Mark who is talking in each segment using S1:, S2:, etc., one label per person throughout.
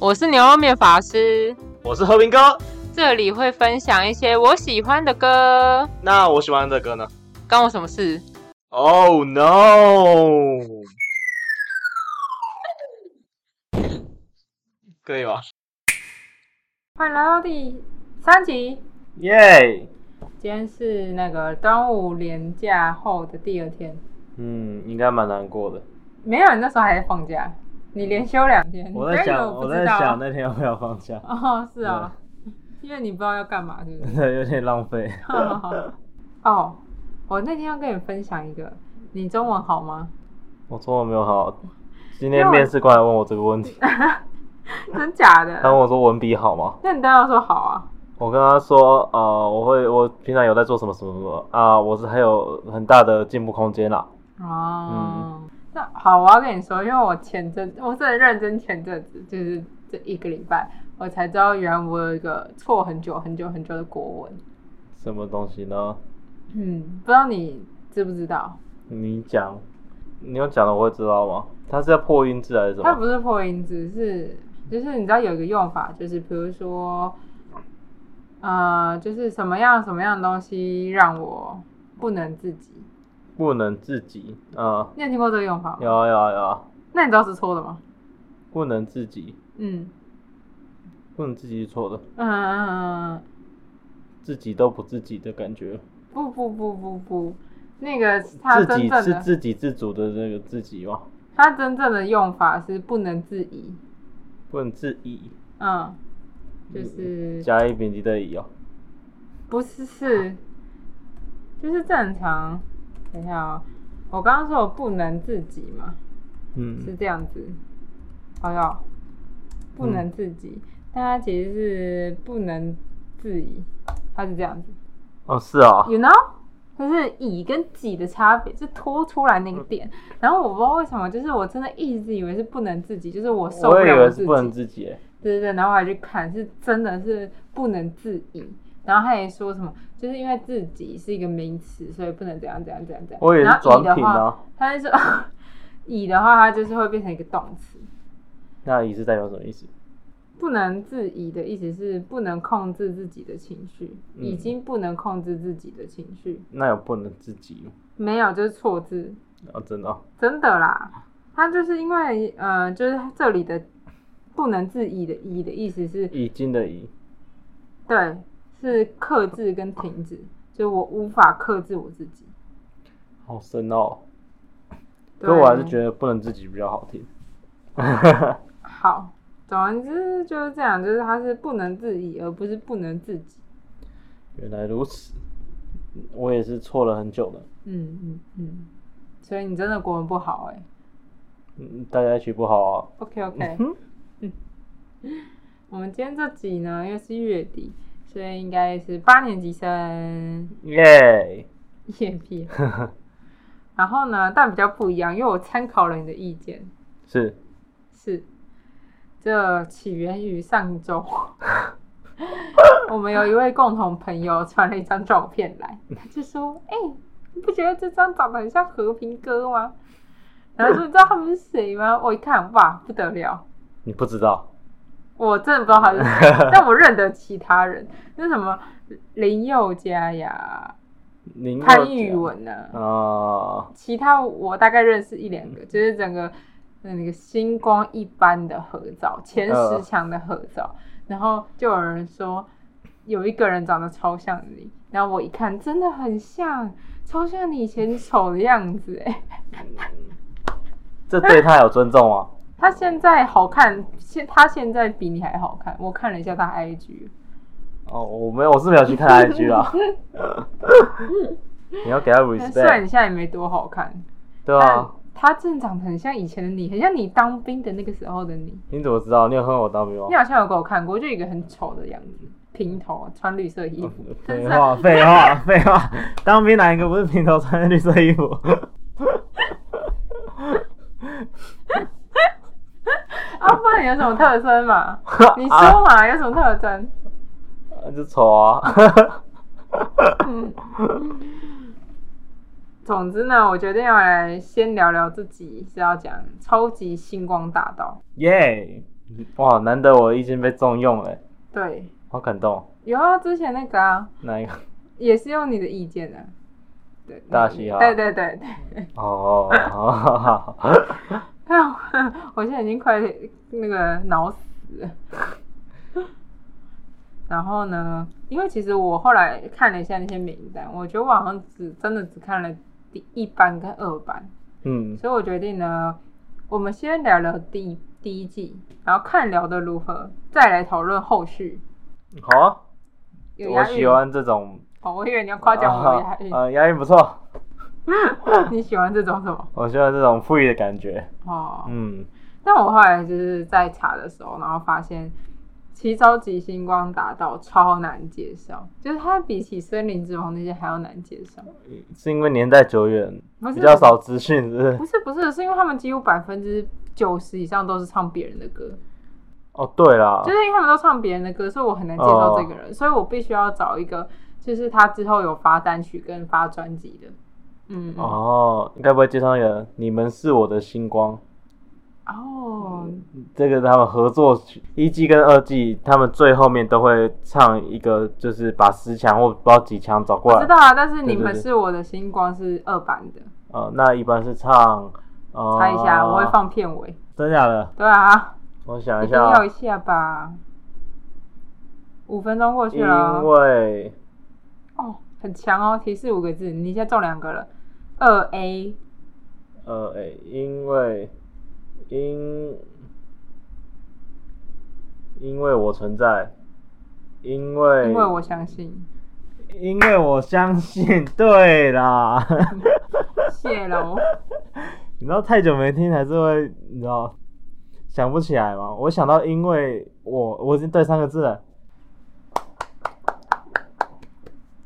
S1: 我是牛肉面法师，
S2: 我是和平哥。
S1: 这里会分享一些我喜欢的歌，
S2: 那我喜欢的歌呢
S1: 关我什么事？
S2: ？Oh no！可以吗？
S1: 欢迎来到第三集，
S2: 耶、
S1: 今天是那个端午连假后的第二天，
S2: 嗯，应该蛮难过的。
S1: 没有，你那时候还在放假，你连休两天，
S2: 我在
S1: 你根
S2: 想，
S1: 本不
S2: 我
S1: 知
S2: 在
S1: 道啊
S2: 想那天要不要放假，
S1: 哦，是啊、因为你不知道要干嘛， 对不对？
S2: 有点浪费。
S1: 哦，我那天要跟你分享一个，你中文好吗？
S2: 我中文没有好，今
S1: 因为
S2: 天
S1: 我
S2: 面试官还问我这个 问题，
S1: 真假的
S2: 他？问我说文笔好吗？
S1: 那你当然要说好啊。
S2: 我跟他说，呃，我会，我平常有在做什么什么什么啊，我是还有很大的进步空间啦。
S1: 哦，那好，我要跟你说，因为我前阵，我真的认真前阵子，就是这一个礼拜，我才知道原来我有一个错很久很久很久的国文。
S2: 什么东西呢？
S1: 嗯，不知道你知不知道？
S2: 你讲，你有讲了我会知道吗？他是在破音字还是什
S1: 它
S2: 么？
S1: 不是破音字，是就是你知道有一个用法，就是比如说，呃，就是什么样什么样的东西让我不能自己。
S2: 不能自己，啊、
S1: 你有听过这个用法吗？
S2: 有啊有啊有啊，
S1: 那你知道是错的吗？
S2: 不能自己，
S1: 嗯
S2: 不能自己是错的，
S1: 嗯嗯嗯，嗯
S2: 自己都不自己的感觉，
S1: 不不不不不，那个它
S2: 自
S1: 真
S2: 己
S1: 正
S2: 是
S1: 的
S2: 自给自足的那个自己吗？
S1: 它真正的用法是不能自已，
S2: 不能自已，
S1: 嗯，就是
S2: 甲乙丙丁的乙哦，
S1: 不是是，就是正常。等一下哦，我刚刚说我不能自己嘛，是
S2: 嗯，
S1: 这样子，好要不能自己，但它其实是不能自已，它是这样子。
S2: 哦是啊，
S1: you know，就是乙跟己的差别，是拖出来那个
S2: 嗯
S1: 点。然后我不知道为什么，就是我真的一直以为是不能自己，就是我受不
S2: 我也以
S1: 了我
S2: 为
S1: 自
S2: 是
S1: 己。
S2: 不能自己欸，
S1: 对对对，然后我还去看，是真的是不能自已。然后他也说什么，就是因为自己是一个名词，所以不能怎样怎样怎样怎样。
S2: 我也
S1: 然
S2: 是
S1: 后
S2: 转
S1: 乙的
S2: 品
S1: 话，
S2: 啊，
S1: 他就说 乙的话，它就是会变成一个动词。
S2: 那乙是代表什么意思？
S1: 不能自已的意思是不能控制自己的情绪，
S2: 嗯
S1: 已经不能控制自己的情绪，
S2: 那有不能自己吗？
S1: 没有就是错字。
S2: 啊，真的啊、
S1: 真的啦，他就是因为呃，就是这里的不能自已的“已”的意思是，
S2: 已经的已，
S1: 对，是克制跟停止，就我无法克制我自己。
S2: 好深奥、哦
S1: 对啊
S2: 可我还是觉得不能自己比较好听。
S1: 好，总而言之就是这样，就是他是不能自已，而不是不能自己。
S2: 原来如此，我也是错了很久了。
S1: 嗯嗯嗯，所以你真的国文不好哎、
S2: 嗯，大家一起不好啊。
S1: OK OK，
S2: 嗯
S1: 我们今天这集呢，因为是月底，所以应该是八年级生。
S2: 耶！
S1: 叶片。然后呢，但比较不一样，因为我参考了你的意见，
S2: 是
S1: 是这起源于上周，我们有一位共同朋友传了一张照片来，他就说：“哎、你不觉得这张长得很像和平哥吗？”然后说：“你知道他们是谁吗？”我一看，哇，不得了！
S2: 你不知道，
S1: 我真的不知道他是谁，但我认得其他人，那什么林宥嘉呀、
S2: 您
S1: 潘玉文啊，
S2: 啊、
S1: 其他我大概认识一两
S2: 嗯
S1: 个，就是整个呃那个星光一般的合照，前十强的合照，然后就有人说有一个人长得超像你，然后我一看真的很像，超像你以前丑的样子 哎，
S2: 这对他有尊重啊 吗？
S1: 他现在好看，现他现在比你还好看，我看了一下他 IG，
S2: 哦，我没有，我是没有去看 IG 啦。你要给他
S1: 虽然
S2: respect，
S1: 你现在也没多好看，
S2: 对
S1: 但
S2: 啊，
S1: 他真的长得很像以前的你，很像你当兵的那个时候的你。
S2: 你怎么知道？你有看我当兵吗
S1: 你？好像有给我看过，就一个很丑的样子，平头，穿绿色衣服，
S2: 哦废话，废话， 废话！当兵哪一个不是平头穿绿色衣服？
S1: 啊，不然你有什么特征嘛？你说嘛，有什么特征？
S2: 啊就丑 啊！
S1: 嗯，总之呢，我决定要来先聊聊自己是要讲超级星光大道。
S2: 耶！哇，难得我已经被重用了，
S1: 对，
S2: 好感动。
S1: 有啊，之前那个啊，
S2: 那一个？
S1: 也是用你的意见的、啊，对，
S2: 大嘻哈
S1: 对对对对。
S2: 哦，好
S1: 那我现在已经快那个脑死了。然后呢，因为其实我后来看了一下那些名单，我觉得我好像只真的只看了第一班跟二班，
S2: 嗯，
S1: 所以我决定呢，我们先聊聊第一第一季，然后看聊的如何，再来讨论后续。
S2: 好啊，
S1: 有
S2: 我
S1: 押韵
S2: 喜欢这种。
S1: 哦，我以为你要夸奖我的 押韵，
S2: 啊，押韵不错，
S1: 你喜欢这种什么？
S2: 我喜欢这种富裕的感觉。
S1: 哦，
S2: 嗯，
S1: 但我后来就是在查的时候，然后发现《奇招级星光大道》超难介绍，就是它比起《森林之王》那些还要难介绍。
S2: 是因为年代久远，
S1: 不是
S2: 比较少资讯，是不是
S1: 不？是不是，是因为他们几乎百分之九十以上都是唱别人的歌，
S2: 哦，哦对啦，
S1: 就是因为他们都唱别人的歌，所以我很难介绍这个人，所以我必须要找一个，就是他之后有发单曲跟发专辑的。嗯，哦，
S2: 哦，该不会介绍人？你们是我的星光，
S1: 哦，
S2: 这个他们合作曲一季跟二季，他们最后面都会唱一个，就是把十强或不知道几强找过
S1: 我知
S2: 来。
S1: 道啊，但是你
S2: 对对
S1: 们
S2: 对
S1: 是我的星光是二版的，
S2: 呃，那一般是唱，呃，
S1: 猜一下，我会，放片尾。
S2: 真假的？
S1: 对啊，
S2: 我想
S1: 一
S2: 一
S1: 定
S2: 下
S1: 要
S2: 啊
S1: 一，下吧。五分钟过去了啊
S2: 因，为
S1: 哦，很强哦，提示五个字，你现在中两个了，二 A
S2: 呃，诶因为因因为我存在，因为
S1: 因为我相信，
S2: 因为我相信，对啦。
S1: 谢喽。
S2: 你知道太久没听还是会，你知道想不起来吗？我想到，因为我我已经对三个字了，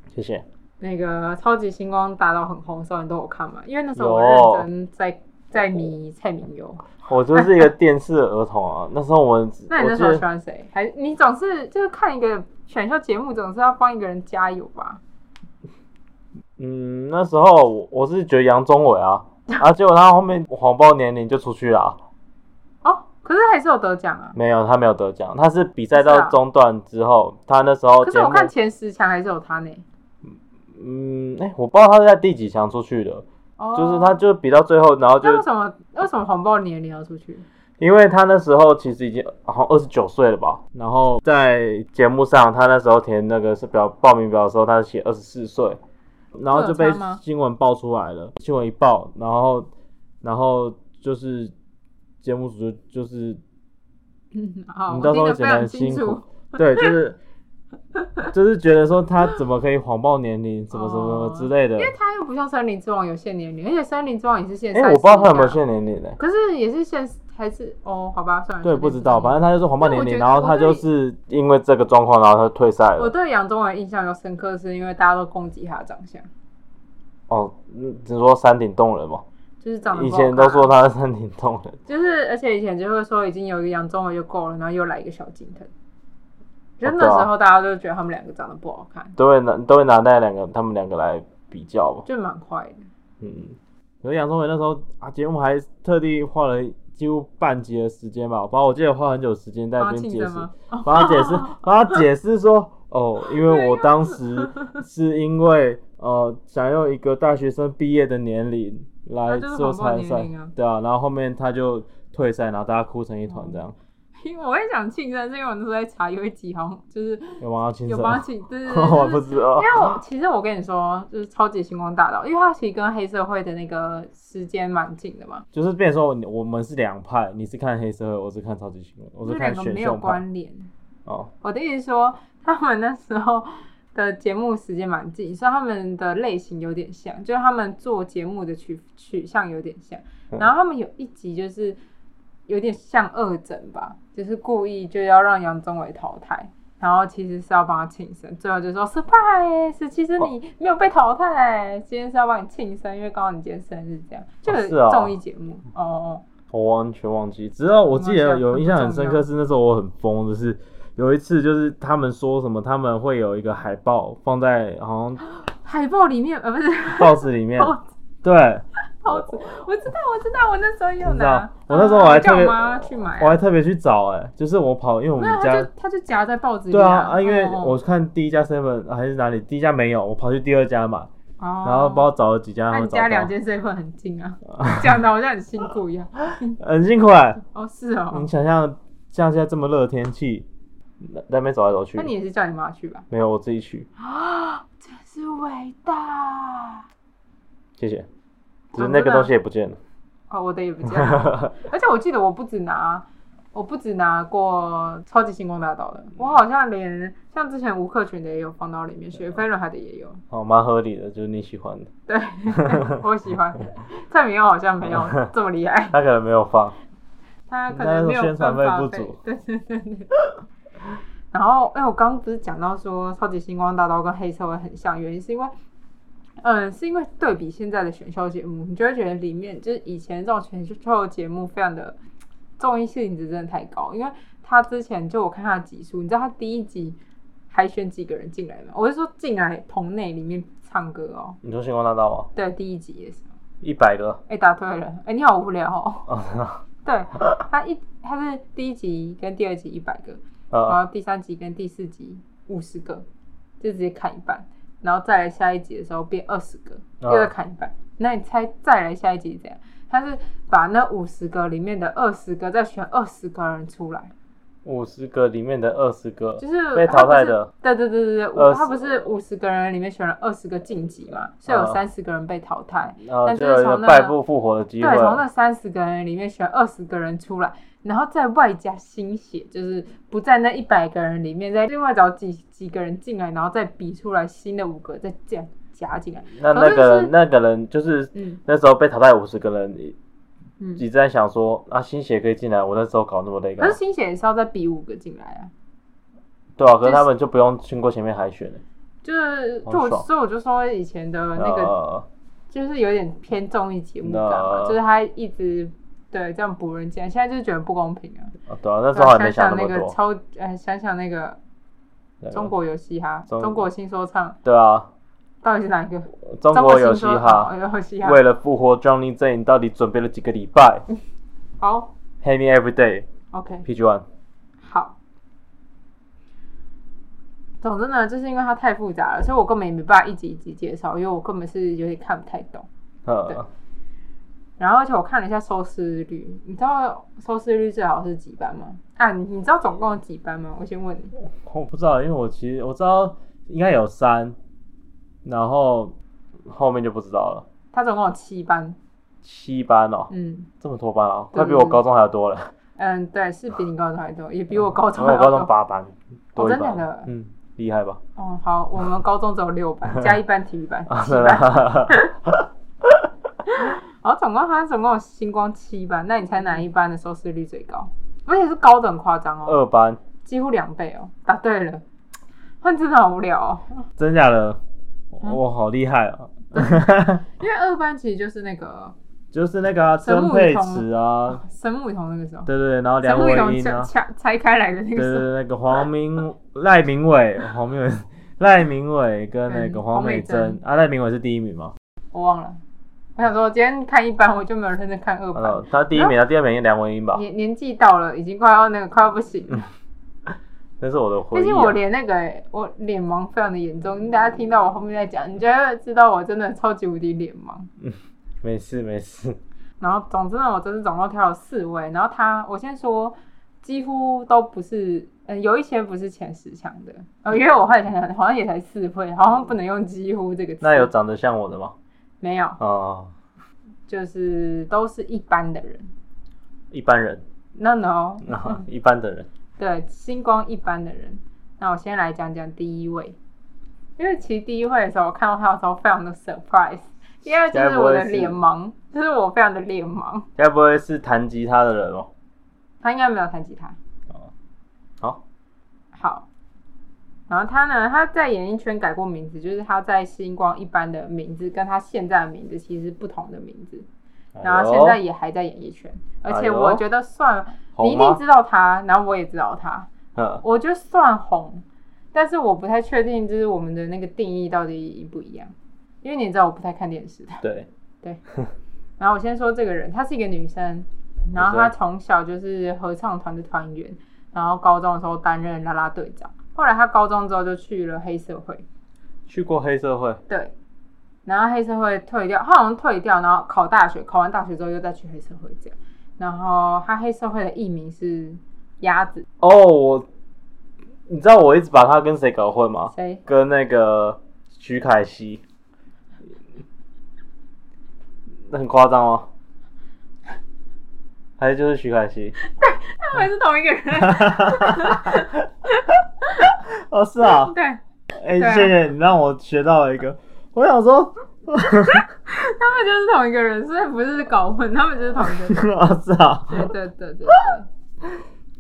S2: 谢谢。
S1: 那个超级星光大道很红的时候，你都有看吗？因为那时候
S2: 有
S1: 我认真在在迷蔡明优。
S2: 我就是一个电视儿童啊，那时候我们
S1: 那你
S2: 我
S1: 那
S2: 记
S1: 时候喜
S2: 得
S1: 欢谁？还你总是就是看一个选秀节目，总是要帮一个人加油吧？
S2: 嗯，那时候我我是觉得杨宗纬 啊，啊，结果他后面谎报年龄就出去了啊、
S1: 哦，可是还是有得奖啊。
S2: 没有，他没有得奖，他是比赛
S1: 是啊
S2: 到中段之后，他那时候
S1: 可是
S2: 节
S1: 我
S2: 目，
S1: 看前十强还是有他呢。
S2: 嗯，哎、我不知道他是在第几强出去的，
S1: 哦，
S2: 就是他就比到最后，然后就
S1: 那为什么为什么红包年龄要出去？
S2: 因为他那时候其实已经好像二十九岁了吧，然后在节目上，他那时候填那个是表报名表的时候，他写二十四岁，然后就
S1: 这
S2: 被
S1: 有差吗
S2: 新闻爆出来了，新闻一爆，然后然后就是节目组就就是
S1: 嗯， 好，
S2: 你
S1: 我
S2: 到时
S1: 听得
S2: 候会
S1: 非
S2: 觉得
S1: 常
S2: 很
S1: 清
S2: 辛苦
S1: 楚。，
S2: 对，就是就是觉得说他怎么可以谎报年龄，什么什么
S1: 哦
S2: 之类的，
S1: 因为他又不像森林之王有限年龄，而且森林之王也是限
S2: 哎、
S1: 三十
S2: 我不知道他有没有
S1: 以下，
S2: 限年龄呢、
S1: 可是也是限还是哦，好吧，算了，
S2: 对，
S1: 随便
S2: 不知道，反正他就是谎报
S1: 因为我
S2: 年龄，
S1: 觉得
S2: 然后他
S1: 我对
S2: 就是因为这个状况，然后他退赛了
S1: 我。对杨宗纬印象比较深刻，是因为大家都攻击他的长相，
S2: 哦，嗯只说山顶洞人嘛，
S1: 就是长得
S2: 以
S1: 不好看啊
S2: 前都说，他是山顶洞人，
S1: 就是而且以前就会说已经有一个杨宗纬就够了，然后又来一个小金腾，就
S2: 哦
S1: 那时候大家都觉得他们两个长得不好看，
S2: 都会拿都会拿那两个他们两个来比较嘛。
S1: 就蛮快的。
S2: 嗯，可是杨宗纬那时候啊，节目还特地花了几乎半集的时间吧，反正我记得花很久时间在那
S1: 帮他
S2: 边
S1: 庆
S2: 解
S1: 生
S2: 释，
S1: 啊吗？ 哦
S2: 帮他解释，帮他解释说，哦，因为我当时是因为呃想用一个大学生毕业的年龄来
S1: 那啊就是
S2: 做
S1: 谎报
S2: 参
S1: 年
S2: 赛
S1: 龄啊，
S2: 对啊，然后后面他就退赛，然后大家哭成一团这样，
S1: 因为我会讲庆生，是因为我那时候在查有一集好像就是
S2: 有帮他庆
S1: 嗯有
S2: 生
S1: 帮他
S2: 吗，
S1: 庆，对对对，
S2: 我
S1: 就是
S2: 不知
S1: 因。
S2: 道
S1: 为我其实我跟你说，就是超级星光大道，因为它其实跟黑社会的那个时间蛮近的嘛，
S2: 就是变成说我我们是两派，你是看黑社会，我是看超级新闻，我
S1: 这
S2: 是
S1: 两
S2: 看
S1: 个
S2: 选
S1: 没有
S2: 秀派。
S1: 关联。
S2: 哦，
S1: 我的意思是说，他们那时候的节目时间蛮近，所以他们的类型有点像，就是他们做节目的取取向有点像。
S2: 嗯
S1: 然后他们有一集就是有点像恶整吧，就是故意就要让杨宗纬淘汰。然后其实是要帮他庆生，最后就说 surprise，其实你没有被淘汰，今天是要帮你庆生，因为刚好你今天生日，这样就
S2: 哦是哦
S1: 很综艺节目哦哦，
S2: 我完全忘记，只要我记
S1: 没关
S2: 得
S1: 系啊
S2: 有印象很深
S1: 很
S2: 刻是那时候我很疯，就是有一次就是他们说什么他们会有一个海报放在好像
S1: 海报里面呃不是
S2: 报纸里面，
S1: 报
S2: 对，
S1: 超值。我知道，我知道，我那时候也有
S2: 啊你知道
S1: 拿。嗯
S2: 我那时候我还
S1: 叫
S2: 特
S1: 我
S2: 别
S1: 妈去买
S2: 我还
S1: 啊，
S2: 特别去找哎、就是我跑，因为我们
S1: 那
S2: 家
S1: 他就他就夹在报纸里
S2: 对啊啊，因为
S1: 哦
S2: 我看第一家 seven、还是哪里，第一家没有，我跑去第二家买，
S1: 哦
S2: 然后帮我找了几家，
S1: 那
S2: 然
S1: 你
S2: 后找
S1: 加
S2: 不
S1: 两
S2: 到，
S1: 件身份很近 啊，讲的好像很辛苦一样。
S2: 很辛苦哎、
S1: 哦，是哦
S2: 你，想象像现在这么热的天气，在那边走来走去
S1: 那，你也是叫你妈去吧？
S2: 没有我自己去，
S1: 啊， 真是伟大！
S2: 谢谢。只是
S1: 真
S2: 那个
S1: 的
S2: 东西也不见了，
S1: 哦，我的也不见 了，而且我记得我不止拿，我不止拿过超级星光大道的，我好像连像之前吴克群的也有放到里面，雪飞轮海的也有，
S2: 哦，蛮合理的，就是你喜欢的，
S1: 对， 我喜欢。蔡明佑好像没有这么厉害，
S2: 他可能没有放，
S1: 他可能没有
S2: 那是宣传
S1: 办法
S2: 费不
S1: 被
S2: 足
S1: 对对对对。然后，哎、我刚刚不是讲到说超级星光大道跟黑社会很像，原因是因为，嗯，是因为对比现在的选秀节目，你就会觉得里面就是以前这种选秀节目非常的综艺性质真的太高，因为他之前就我看他的集数，你知道他第一集海选几个人进来吗？我是说进来棚内里面唱歌哦，
S2: 你说星光大道吗？
S1: 对，第一集也是。
S2: 一百个，
S1: 哎、答对了，哎、你好无聊哦。
S2: 啊，
S1: 对，他一他是第一集跟第二集一百个，然
S2: 呃，
S1: 后第三集跟第四集五十个，就直接砍一半，然后再来下一集的时候变二十个，
S2: 嗯
S1: 又再砍一半。那你猜再来下一集怎样？他是把那五十个里面的二十个再选二十个人出来，
S2: 五十个里面的二十个，
S1: 就是
S2: 被
S1: 他
S2: 淘
S1: 不
S2: 汰
S1: 是
S2: 的，
S1: 对对对对对，
S2: 20
S1: 他不是五十个人里面选了二十个晋级嘛，所以有
S2: 嗯
S1: 三十个人被淘汰。
S2: 然后
S1: 但
S2: 就
S1: 就
S2: 有
S1: 是
S2: 一个
S1: 从那
S2: 败不复活的机会
S1: 对，，从那三十个人里面选二十个人出来，然后再外加新血，就是不在那一百个人里面，再另外找几几个人进来，然后再比出来新的五个，再这样夹进来。
S2: 那
S1: 可
S2: 那
S1: 是
S2: 个人
S1: 是
S2: 那个人就是
S1: 嗯
S2: 那时候被淘汰五十个人，一
S1: 嗯，
S2: 直在想说啊，新血可以进来，我那时候搞那么累
S1: 可
S2: 干
S1: 是
S2: 嘛？
S1: 新血也是要再比五个进来啊，
S2: 对啊，可
S1: 就是是
S2: 他们就不用经过前面海选了。
S1: 就是
S2: 好
S1: 就我
S2: 爽
S1: 所以我就说以前的那个
S2: 呃，
S1: 就是有点偏综艺节目感嘛，
S2: 那
S1: 就是他一直对这样补人进来，现在就觉得不公平啊。
S2: 啊对啊，那时候还没
S1: 想想
S2: 那
S1: 那
S2: 么
S1: 个
S2: 多。
S1: 超呃，想想那个
S2: 对啊
S1: 中国有嘻哈，
S2: 中
S1: 中国新说唱
S2: 对啊，
S1: 到底是哪一个？
S2: 中国有嘻哈，
S1: 中国新说唱哦有嘻哈。
S2: 为了复活 Johnny Jane，到底准备了几个礼 拜
S1: 好
S2: ？Hate me every day,
S1: ，OK，
S2: PG One。
S1: 好。总之呢，就是因为它太复杂了，所以我根本也没办法一集一集介绍，因为我根本是有点看不太懂。
S2: 呃，
S1: 然后，而且我看了一下收视率，你知道收视率最好是几班吗？啊，你你知道总共有几班吗？我先问你。
S2: 我不知道，因为我其实我知道应该有三，然后后面就不知道了。
S1: 它总共有七班，
S2: 七班哦，
S1: 嗯
S2: 这么多班啊，
S1: 对
S2: 快比我高中还要多了。
S1: 嗯，对，是比你高中还多，也比我 高中
S2: 我
S1: 还
S2: 有高中
S1: 多。哦
S2: 八班，多一
S1: 真的
S2: 班。
S1: 假的
S2: 嗯，厉害吧？
S1: 哦，好，我们高中只有六班，加一班体育 班，七
S2: 真
S1: 班
S2: 的。
S1: 然
S2: 啊
S1: 哦后总共好像总共有星光七班，那你猜哪一班的收视率最高？而且是高的很夸张哦，
S2: 二班，
S1: 几乎两倍哦。答对了，那真的好无聊哦。
S2: 真假的？
S1: 嗯
S2: 我好厉害 啊！
S1: 因为二班其实就是那个
S2: 就是那个啊
S1: 神
S2: 曾
S1: 木
S2: 佩
S1: 与瞳
S2: 慈啊，
S1: 神木雨桐那个时候，
S2: 对对对，然后
S1: 神
S2: 梁
S1: 木雨
S2: 伟
S1: 桐
S2: 英
S1: 拆
S2: 啊，
S1: 拆拆开来的那
S2: 对
S1: 个
S2: 对
S1: 时候，
S2: 对，那个黄明赖明伟， 黄明伟赖明伟跟那个
S1: 嗯
S2: 黄
S1: 黄
S2: 美
S1: 美
S2: 珍
S1: 珍嗯
S2: 啊，赖明伟是第一名嘛？
S1: 我忘了。我想说，今天看一班，我就没有认真看二班。
S2: 啊，他第一名，他第二名是梁文英吧？
S1: 年年纪到了，已经快要那个快要不行了。
S2: 那是我的嗯回
S1: 毕
S2: 忆
S1: 竟
S2: 啊。
S1: 我连那个、我脸盲非常的严重，你大家听到我后面在讲，你就会知道我真的超级无敌脸盲。
S2: 没事没事，
S1: 然后总之呢，我这次总共挑了四位，然后他我先说，几乎都不是，嗯，有一些不是前十强的，呃，因为我后来想想，好像也才四位，好像不能用几乎这个词。
S2: 那有长得像我的吗？
S1: 没有？
S2: 啊，
S1: 就是都是一般的人。
S2: 一般人，
S1: No no，
S2: 啊， 一般的人。
S1: 对，星光一般的人。那我先来讲讲第一位，因为其实第一位的时候，我看到他的时候非常的 surprise，因为就是我的脸盲，就是我非常的脸盲。
S2: 该不会是弹吉他的人哦？
S1: 他应该没有弹吉他，
S2: 好，
S1: 好，然后他呢，他在演艺圈改过名字，就是他在星光一般的名字跟他现在的名字其实是不同的名字，然
S2: 哎
S1: 后啊现在也还在演艺圈，而且我觉得算、你一定知道他，然后我也知道他，
S2: 道，
S1: 我觉得算红，但是我不太确定，就是我们的那个定义到底一不一样，因为你也知道我不太看电视的，
S2: 对，
S1: 然后我先说这个人，她是一个女生，然后她从小就是合唱团的团员，然后高中的时候担任啦啦队长，后来她高中之后就去了黑社会，
S2: 去过黑社会，
S1: 对，然后黑社会退掉，她好像退掉，然后考大学，考完大学之后又再去黑社会这样，然后她黑社会的艺名是鸭子，
S2: 哦，我，你知道我一直把他跟谁搞混吗？
S1: 谁？
S2: 跟那个徐凯熙，那很夸张吗？还是就是徐凯熙？
S1: 他们是同一个人，
S2: 哦，是啊，
S1: 对，
S2: 哎、
S1: 对啊
S2: 谢谢你让我学到了一个。我想说，
S1: 他们就是同一个人，所以不是搞混，他们就是同一个人。
S2: 啊，是啊，
S1: 对对对对对，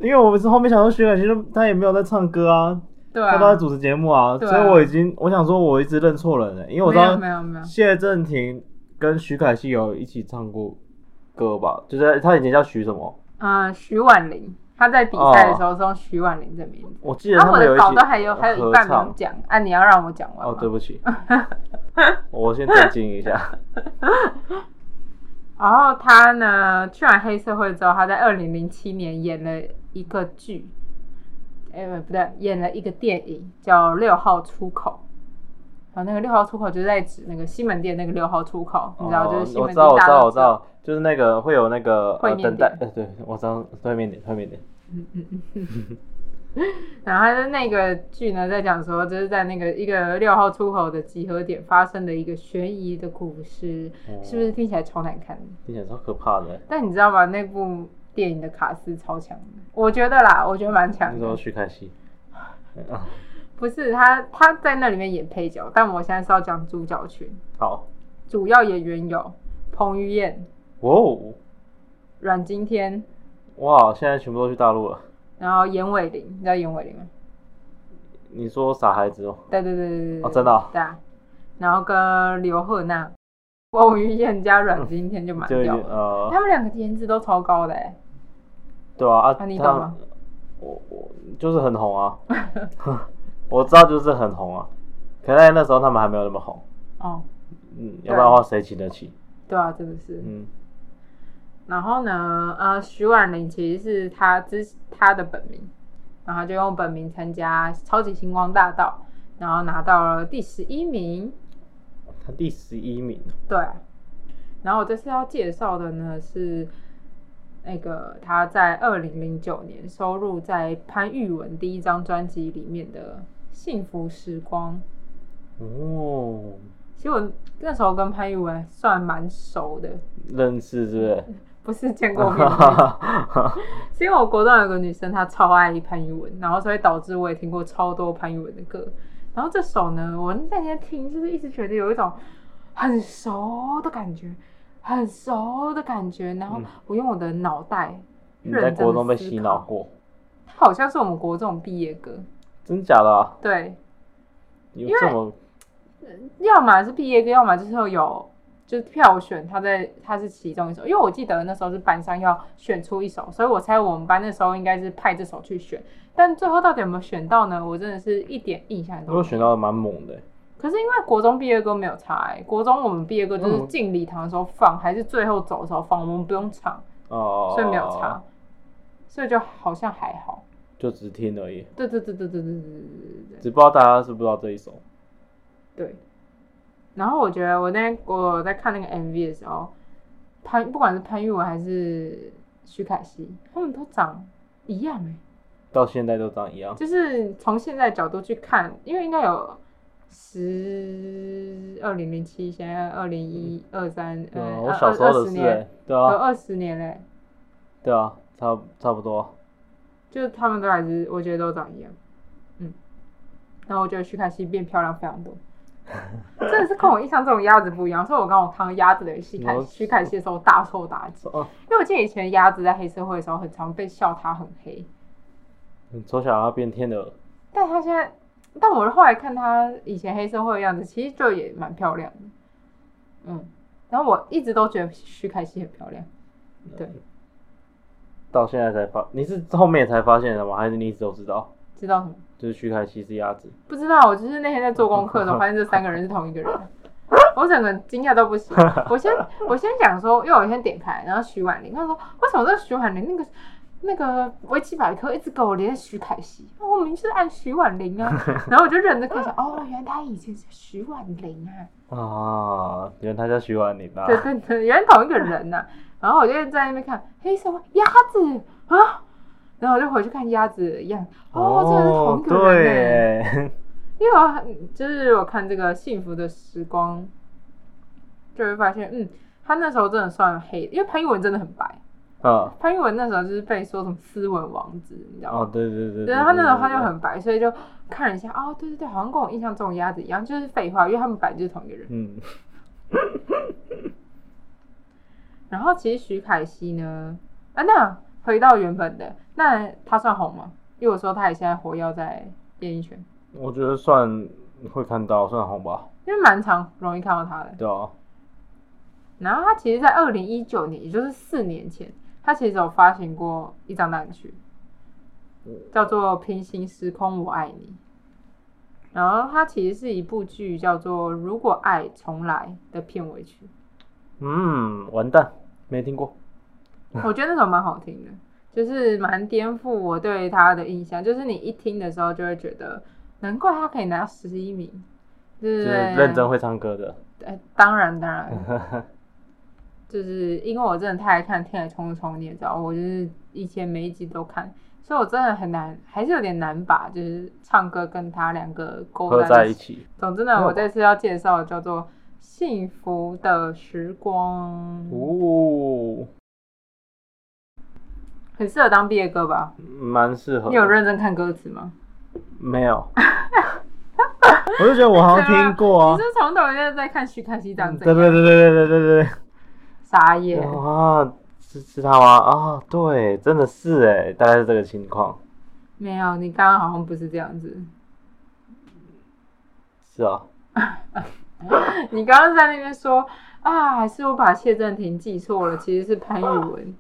S2: 因为我们是后面想说徐凯熙就他也没有在唱歌啊，
S1: 对啊，
S2: 他都在主持节目啊，
S1: 对啊
S2: 所以我已经我想说我一直认错人了，因为我知
S1: 没有
S2: 道
S1: 没有没有，
S2: 谢震廷跟徐凯熙有一起唱过歌吧，就是他以前叫徐什么，
S1: 嗯，徐婉玲，她在比赛的时候是用徐婉玲的名字。
S2: 我哦记得
S1: 然
S2: 他
S1: 啊后我
S2: 们有
S1: 的
S2: 一起
S1: 稿都还有还有一半没有
S2: 合唱
S1: 讲，啊，你要让我讲完吗
S2: 哦，对不 起，我先震惊一下。
S1: 然后他呢，去完黑社会之后，他在二零零七年演了一个剧，哎、不对，演了一个电影叫《六号出口》。啊，那个六号出口就是在指那个西门店那个六号出口，你知道，就是西
S2: 哦我
S1: 门
S2: 知
S1: 店
S2: 道，我
S1: 大
S2: 知道，
S1: 道
S2: 我知道，就是那个会有那个
S1: 烩
S2: 呃
S1: 面
S2: 等待，呃
S1: 店
S2: 对，我知道对面点，对面点，
S1: 然后他的那个剧呢，在讲说，就是在那个一个六号出口的集合点发生的一个悬疑的故事，
S2: 哦
S1: 是不是听起来超难看的？
S2: 听起来超可怕的。
S1: 但你知道吗？那部电影的卡斯超强的，我觉得啦，我觉得蛮强
S2: 你
S1: 的
S2: 说。徐凯熙，啊
S1: 不是他，他在那里面演配角，但我现在是要讲主角群。
S2: 好，
S1: 主要演员有彭于晏、
S2: 哇哦，
S1: 阮经天，
S2: 哇，现在全部都去大陆了。
S1: 然后严伟玲，你知道严伟玲吗？
S2: 你说傻孩子哦，
S1: 对对对对对对，
S2: 哦真的哦
S1: 对啊，然后跟刘赫娜、 彭于晏加阮经天就蛮
S2: 就已
S1: 屌
S2: 经
S1: 的。
S2: 呃，
S1: 他们两个颜值都超高的、欸，
S2: 对啊，啊
S1: 啊，你
S2: 他
S1: 懂吗？
S2: 我我就是很红啊， 我知道就是很红啊，可在那时候他们还没有那么红，
S1: 哦，
S2: 嗯，要不然的话谁请得起？
S1: 对啊，真的是。
S2: 嗯，
S1: 然后呢，呃，徐婉玲其实是她之她的本名，然后她就用本名参加超级星光大道，然后拿到了第十一名。
S2: 他第十一名，
S1: 对，啊然后我这次要介绍的呢是那个她在二零零九年收录在潘玉文第一张专辑里面的《幸福时光》。
S2: 哦，
S1: 其实我那时候跟潘玉文算蛮熟的，
S2: 认识是不是？
S1: 不是见过面的那 种。 是因为我国中有个女生，她超爱潘玉文，然后所以导致我也听过超多潘玉文的歌。然后这首呢，我那天听就是一直觉得有一种很熟的感觉，很熟的感觉。然后我用我的脑袋
S2: 嗯你在
S1: 认真
S2: 国中被
S1: 的
S2: 洗脑，过，
S1: 它好像是我们国中毕业歌，
S2: 真假的、啊？
S1: 对，
S2: 有这么
S1: 要么是毕业歌，要么就是有就是票选，它在它是其中一首。因为我记得那时候是班上要选出一首，所以我猜我们班那时候应该是派这首去选。但最后到底有没有选到呢？我真的是一点印象都
S2: 如
S1: 没有
S2: 果。选到的蛮猛的、
S1: 可是因为国中毕业歌没有查、欸，国中我们毕业歌就是进礼堂的时候放，还是最后走的时候放，我们不用唱，
S2: 哦，
S1: 所以没有查，，所以就好像还好。
S2: 就只听而已，
S1: 对对对对对对对对对对。
S2: 只不知道大家是不知道这一首。
S1: 对。然后我觉得我那天我在看那个 MV 的时候，潘不管是潘玉文还是徐凯熙，他们都长一样哎、
S2: 到现在都长一样，
S1: 就是从现在角度去看，因为应该有十二零零七，现在二零一二三，呃，
S2: 嗯，
S1: 二
S2: 我小时候
S1: 二
S2: 的
S1: 十
S2: 事、
S1: 年，哦
S2: 欸，对
S1: 有
S2: 啊，
S1: 二十年嘞、
S2: 对啊，差不差不多，
S1: 就是他们都还是我觉得都长一样，嗯。然后我觉得徐凯熙变漂亮非常多，真的是跟我印象中的鸭子不一样。所以我刚我看到鸭子的徐凯
S2: 我
S1: 徐凯熙的时候大受打击，
S2: 哦，
S1: 因为我记得以前鸭子在黑社会的时候很常被笑他很黑，
S2: 嗯从小要变天鹅。
S1: 但他现在，但我后来看他以前黑社会的样子，其实就也蛮漂亮的，嗯。然后我一直都觉得徐凯熙很漂亮，对，
S2: 到现在才发，你是后面才发现的吗？还是你一直都知道？
S1: 知道什么？
S2: 就是徐凯熙是鸭子，
S1: 不知道，我就是那天在做功课的时候，发现这三个人是同一个人。我整个惊讶到不 行。我先我先讲说，因为我先点开，然后徐婉玲，他说为什么这个徐婉玲那个那个维基百科一直给我连徐凯熙，我明明是按徐婉玲 啊，然后我就认真看一下，哦，原来他以前是徐婉玲啊，
S2: 啊，原来他叫徐婉玲啊。
S1: 对对对，原来同一个人呐、然后我就在那边看，嘿，什么鸭子啊？然后我就回去看鸭子的样子，哦，真的是同
S2: 哦
S1: 一，个人、欸。
S2: 对耶，
S1: 因为我很就是我看这个《幸福的时光》，就会发现，嗯，他那时候真的算黑，因为潘玉文真的很白。
S2: 嗯，
S1: 潘玉文那时候就是被说什么斯文王子，你知道
S2: 哦，
S1: 吗？
S2: 对对对，
S1: 对，啊他那时候他就
S2: 对
S1: 很白，所以就看了一下，哦，对对对，好像跟我印象中的鸭子一样，就是废话，因为他们本来就是同一个人。
S2: 嗯，
S1: 然后其实徐凯熙呢，啊，那回到原本的，那他算红吗？因为我说他也现在活跃在演艺圈，
S2: 我觉得算会看到算红吧，
S1: 因为蛮常容易看到他的。
S2: 对啊，
S1: 然后他其实，在二零一九年，也就是四年前，他其实有发行过一张单曲，
S2: 嗯
S1: 叫做《平行时空我爱你》。然后它其实是一部剧，叫做《如果爱重来》的片尾曲。
S2: 嗯，完蛋，没听过，
S1: 我觉得那首蛮好听的，就是蛮颠覆我对他的印象。就是你一听的时候，就会觉得，难怪他可以拿到十一名，对不
S2: 就
S1: 对？
S2: 是认真会唱歌的，
S1: 哎，当然当然， 就是因为我真的太爱看《天海冲冲》，你也知道，我就是以前每一集都看，所以我真的很难，还是有点难把就是唱歌跟他两个勾
S2: 合在
S1: 在
S2: 一
S1: 起。
S2: 起，
S1: 总之
S2: 没
S1: 呢，
S2: 有
S1: 我这次要介绍的叫做《幸福的时光》，
S2: 哦，
S1: 很适合当毕业歌吧？
S2: 蛮适合的。
S1: 你有认真看歌词吗？
S2: 没有？ 我就觉得我好像听 过
S1: 你
S2: 啊
S1: 是。从头到尾在看徐凯熙长怎
S2: 对对哦对对对对对
S1: 傻
S2: 对。
S1: 眼。
S2: 哇，是是他吗？啊，对，真的是哎，大概是这个情况。
S1: 没有，你刚刚好像不是这样子。
S2: 是啊，
S1: 你刚刚在那边说啊，还是我把谢振廷记错了，其实是潘玉文。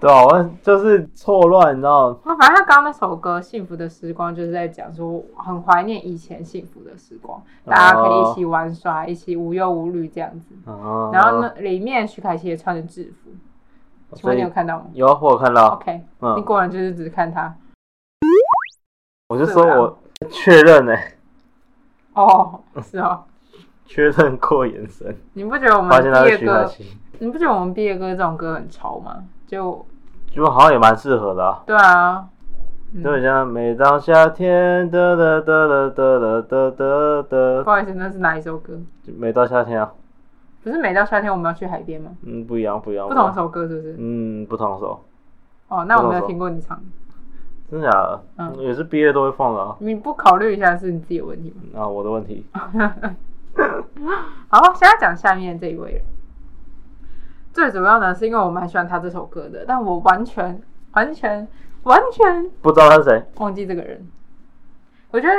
S2: 对啊，我就是错乱，你知道？
S1: 那反正他刚刚那首歌《幸福的时光》就是在讲说，很怀念以前幸福的时光，大家可以一起玩耍，一起无忧无虑这样子。
S2: 啊，
S1: 然后？呢，里面徐凯琪也穿着制服，请
S2: 所
S1: 问
S2: 以
S1: 你有看到吗
S2: 有啊我有看到，
S1: ？OK，你
S2: 嗯，
S1: 果然就是只看他
S2: 我就说
S1: 对啊
S2: 我确认哎，
S1: 哦，是哦。
S2: 确认过眼神，
S1: 你不觉得我
S2: 发现他
S1: 们毕
S2: 是
S1: 业
S2: 徐凯
S1: 歌？
S2: 琪，
S1: 你不觉得我们毕业歌这种歌很潮吗？就
S2: 就好像也蛮适合的啊。
S1: 对啊，嗯
S2: 就很像每当夏天，哒哒哒哒哒哒哒哒
S1: 不
S2: 哒，
S1: 好意思，那是哪一首歌？
S2: 就每到夏天啊，
S1: 不是每到夏天我们要去海边吗？
S2: 嗯，不一样，不一样，
S1: 不
S2: 一样
S1: 同首歌是不是？
S2: 嗯，不同首，
S1: 哦，那我没
S2: 不同首
S1: 有听过你唱，
S2: 真假的？
S1: 嗯
S2: 也是毕业都会放的啊。
S1: 你不考虑一下是你自己的问题吗？
S2: 啊，我的问题，
S1: 好，现在讲下面这一位人。最主要呢，是因为我蛮喜欢他这首歌的，但我完全、完全、完全
S2: 不知道他是谁。
S1: 忘记这个人。我觉得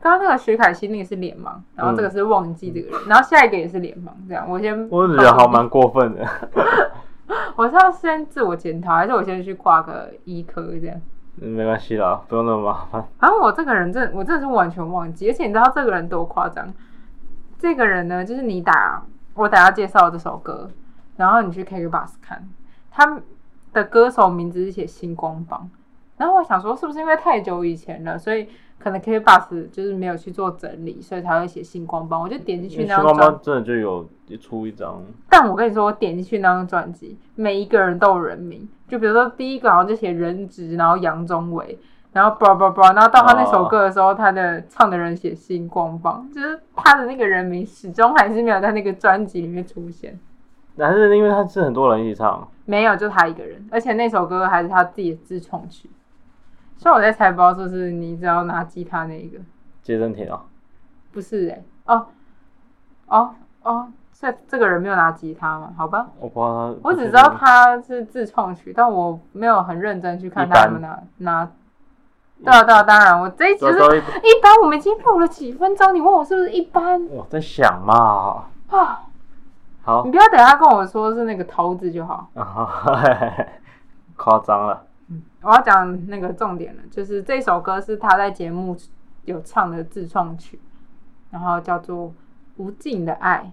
S1: 刚刚那个徐凯熙那个是脸盲，然后这个是忘记这个人，然后下一个也是脸盲，这样我先
S2: 嗯我人好蛮过分的，
S1: 我是要先自我检讨，还是我先去挂个医科这样？
S2: 嗯没关系啦，不用那么麻烦。
S1: 反正我这个人真的，我真的是完全忘记，而且你知道这个人多夸张？这个人呢，就是你打我等下介绍这首歌，然后你去 KKBox 看，他的歌手名字是写星光榜，然后我想说是不是因为太久以前了，所以可能 KKBox 就是没有去做整理，所以才会写星光榜。我就点进去
S2: 星
S1: 那张
S2: 光
S1: 专
S2: 帮真的就有出一张，
S1: 但我跟你说，我点进去那张专辑，每一个人都有人名，就比如说第一个好像就写人质，然后杨宗纬，然后 blah blah blah，然后到他那首歌的时候，他的唱的人写星光榜，就是他的那个人名始终还是没有在那个专辑里面出现，
S2: 还是因为他是很多人一起唱，
S1: 没有，就他一个人，而且那首歌还是他自己的自创曲，所以我在猜包说是你只要拿吉他那一个，
S2: 谢振廷啊，
S1: 不是哎、哦哦哦，这这个人没有拿吉他吗？好吧，
S2: 我不知道他，
S1: 我只知道他是自创曲，但我没有很认真去看他们拿拿。对啊，对啊，当然，我这一集
S2: 就是稍微
S1: 一般，我们已经录了几分钟，你问我是不是一般
S2: 我在想嘛，
S1: 啊？
S2: 好
S1: 你不要等他跟我说是那个桃子就好。嗯
S2: 啊， 夸张了，
S1: 我要讲那个重点了，就是这首歌是他在节目有唱的自创曲，然后叫做《无尽的爱》，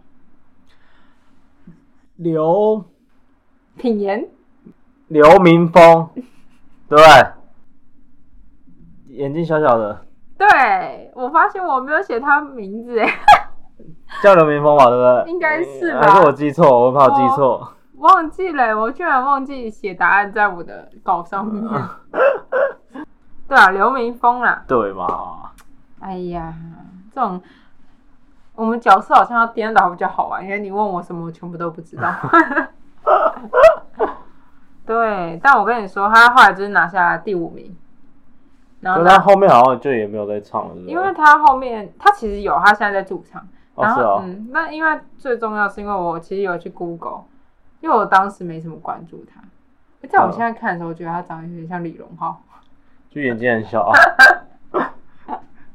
S2: 刘
S1: 品言
S2: 刘明峰，对不对，眼睛小小的，
S1: 对我发现我没有写他名字哎，
S2: 叫刘明峰吧，对不对？
S1: 应该是吧哦
S2: 还是我记错？我怕我记错。
S1: 忘记了，我居然忘记写答案在我的稿上面。 对啊，刘明峰啦，
S2: 对嘛？
S1: 哎呀，这种我们角色好像要颠倒比较好玩，因为你问我什么，我全部都不知道。对，但我跟你说，他后来就是拿下第五名，然
S2: 可
S1: 后
S2: 是
S1: 呢
S2: 他，后面好像就也没有在唱了，对不对
S1: 因为他后面他其实有，他现在在驻场。
S2: 哦
S1: 然
S2: 是
S1: 后、
S2: 哦，
S1: 嗯，那因为最重要是因为我其实有去 Google，因为我当时没什么关注他，在我
S2: 嗯
S1: 现在看的时候，我觉得他长得有点像李荣浩。
S2: 就眼睛 很小啊，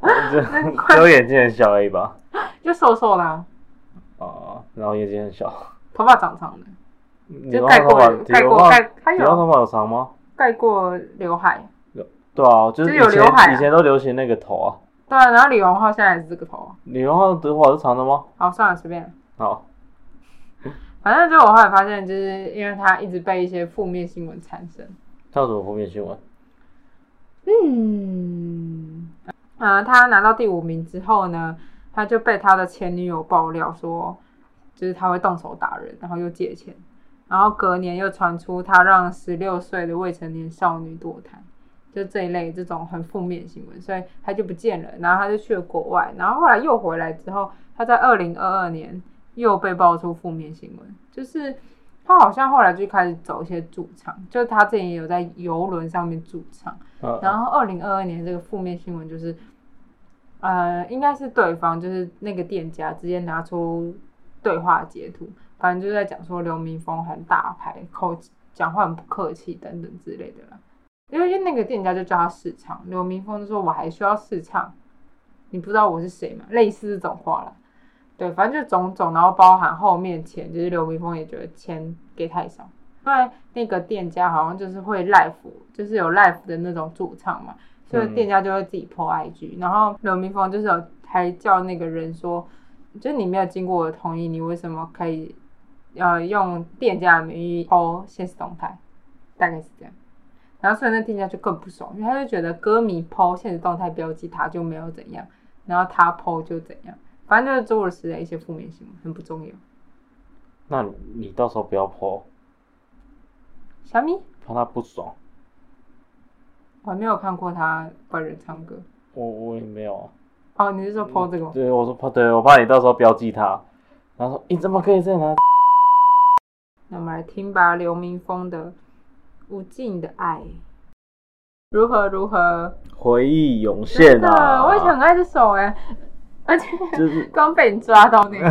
S2: 就只有眼睛很小而已吧。
S1: 就瘦瘦的、啊，
S2: 哦，然后眼睛很小，
S1: 头发长长的，
S2: 你
S1: 就
S2: 头
S1: 盖
S2: 发
S1: 过
S2: 头
S1: 盖过盖，他
S2: 你头
S1: 有
S2: 头发有长吗？
S1: 盖过刘海。
S2: 对啊，就是以
S1: 就是有刘海
S2: 前
S1: 啊
S2: 以前都流行那个头啊。
S1: 对啊，然后李荣浩现在也是这个头啊。
S2: 李荣浩头发是长的吗？
S1: 好，算了，随便。
S2: 好，
S1: 反正就我后来发现，就是因为他一直被一些负面新闻缠身。
S2: 他有什么负面新闻？
S1: 嗯，呃，他拿到第五名之后呢，他就被他的前女友爆料说，就是他会动手打人，然后又借钱，然后隔年又传出他让十六岁的未成年少女堕胎，就这一类这种很负面新闻，所以他就不见了，然后他就去了国外，然后后来又回来之后，他在二零二二年又被爆出负面新闻，就是。他好像后来就开始走一些驻唱，就是他之前也有在游轮上面驻唱，
S2: 嗯，
S1: 然后二零二二年这个负面新闻就是，呃，应该是对方就是那个店家直接拿出对话截图，反正就是在讲说刘明峰很大牌，口讲话很不客气等等之类的啦。因为那个店家就叫他试唱，刘明峰就说我还需要试唱，你不知道我是谁嘛，类似这种话啦。对，反正就种种，然后包含后面钱，就是刘明峰也觉得钱给太少，因为那个店家好像就是会 live，就是有 live 的那种驻唱嘛，所以
S2: 嗯
S1: 店家就会自己 po IG，、然后刘明峰就是有还叫那个人说，就是你没有经过我的同意，你为什么可以呃用店家的名义 po 现实动态，大概是这样。然后所以那店家就更不爽，因为他就觉得歌迷 PO 现实动态标记他就没有怎样，然后他 PO 就怎样，反正就是周而时的一些负面新闻，很不重要。
S2: 那你你到时候不要泼，
S1: 小米，
S2: 怕他不爽。
S1: 我还没有看过他本人唱歌。
S2: 我我也没有啊。
S1: 哦，你是说 PO 这个吗？
S2: 对，我说怕，对我怕你到时候标记他，然后说你怎么可以这样拿？啊
S1: 那我们来听吧，刘明峰的《无尽的爱》。如何如何？
S2: 回忆涌现
S1: 真的，
S2: 啊！
S1: 我以前很爱这首哎、而且
S2: 就是
S1: 刚被你抓到 那个。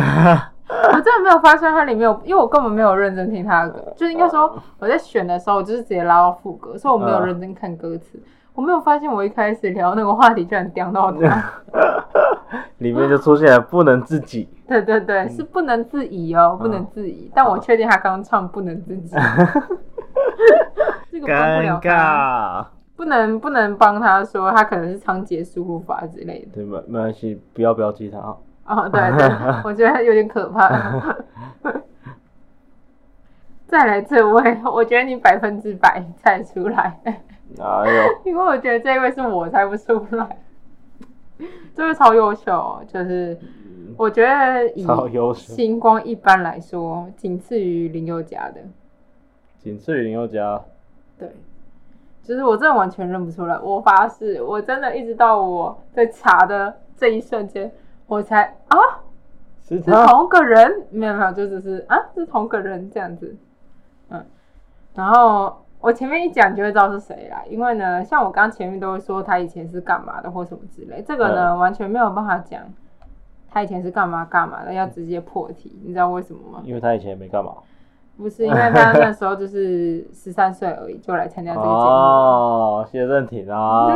S1: 我真的没有发现它里面有，因为我根本没有认真听他的歌，就是应该
S2: 哦
S1: 说我在选的时候，我就是直接拉到副歌，所以我
S2: 嗯
S1: 没有认真看歌词。我没有发现我一开始聊那个话题居然刁到他。
S2: 里面就出现了不能自己，
S1: 对对
S2: 嗯
S1: 对，是不能自已哦，不能自已。但我确定他刚刚唱不能自己， 这个帮不
S2: 尴
S1: 了他，
S2: 尬。
S1: 不能不能帮他说他可能是仓颉输入法之类的。
S2: 对，没没关系，不要标记他啊。
S1: 哦，对 对，我觉得有点可怕。再来这位，我觉得你百分之百猜出来，
S2: 哎 呦，
S1: 因为我觉得这位是我猜不出来。这位超优秀哦，就是我觉得以
S2: 嗯超优秀，
S1: 星光一般来说，仅次于林宥嘉的。
S2: 仅次于林宥嘉。
S1: 对，就是我真的完全认不出来，我发誓，我真的一直到我在查的这一瞬间，我才啊，
S2: 是
S1: 是
S2: 他
S1: 同个人，没有没有，就只是啊，是同个人这样子，嗯，然后我前面一讲就会知道是谁啦，因为呢，像我刚前面都会说他以前是干嘛的或什么之类，这个呢、
S2: 嗯
S1: 完全没有办法讲他以前是干嘛干嘛的，要直接破
S2: 嗯
S1: 题，你知道为什么吗？
S2: 因为他以前也没干嘛。
S1: 不是因为他那时候就是十三岁而已就来参加这个节目了，
S2: 哦，谢振 廷啊，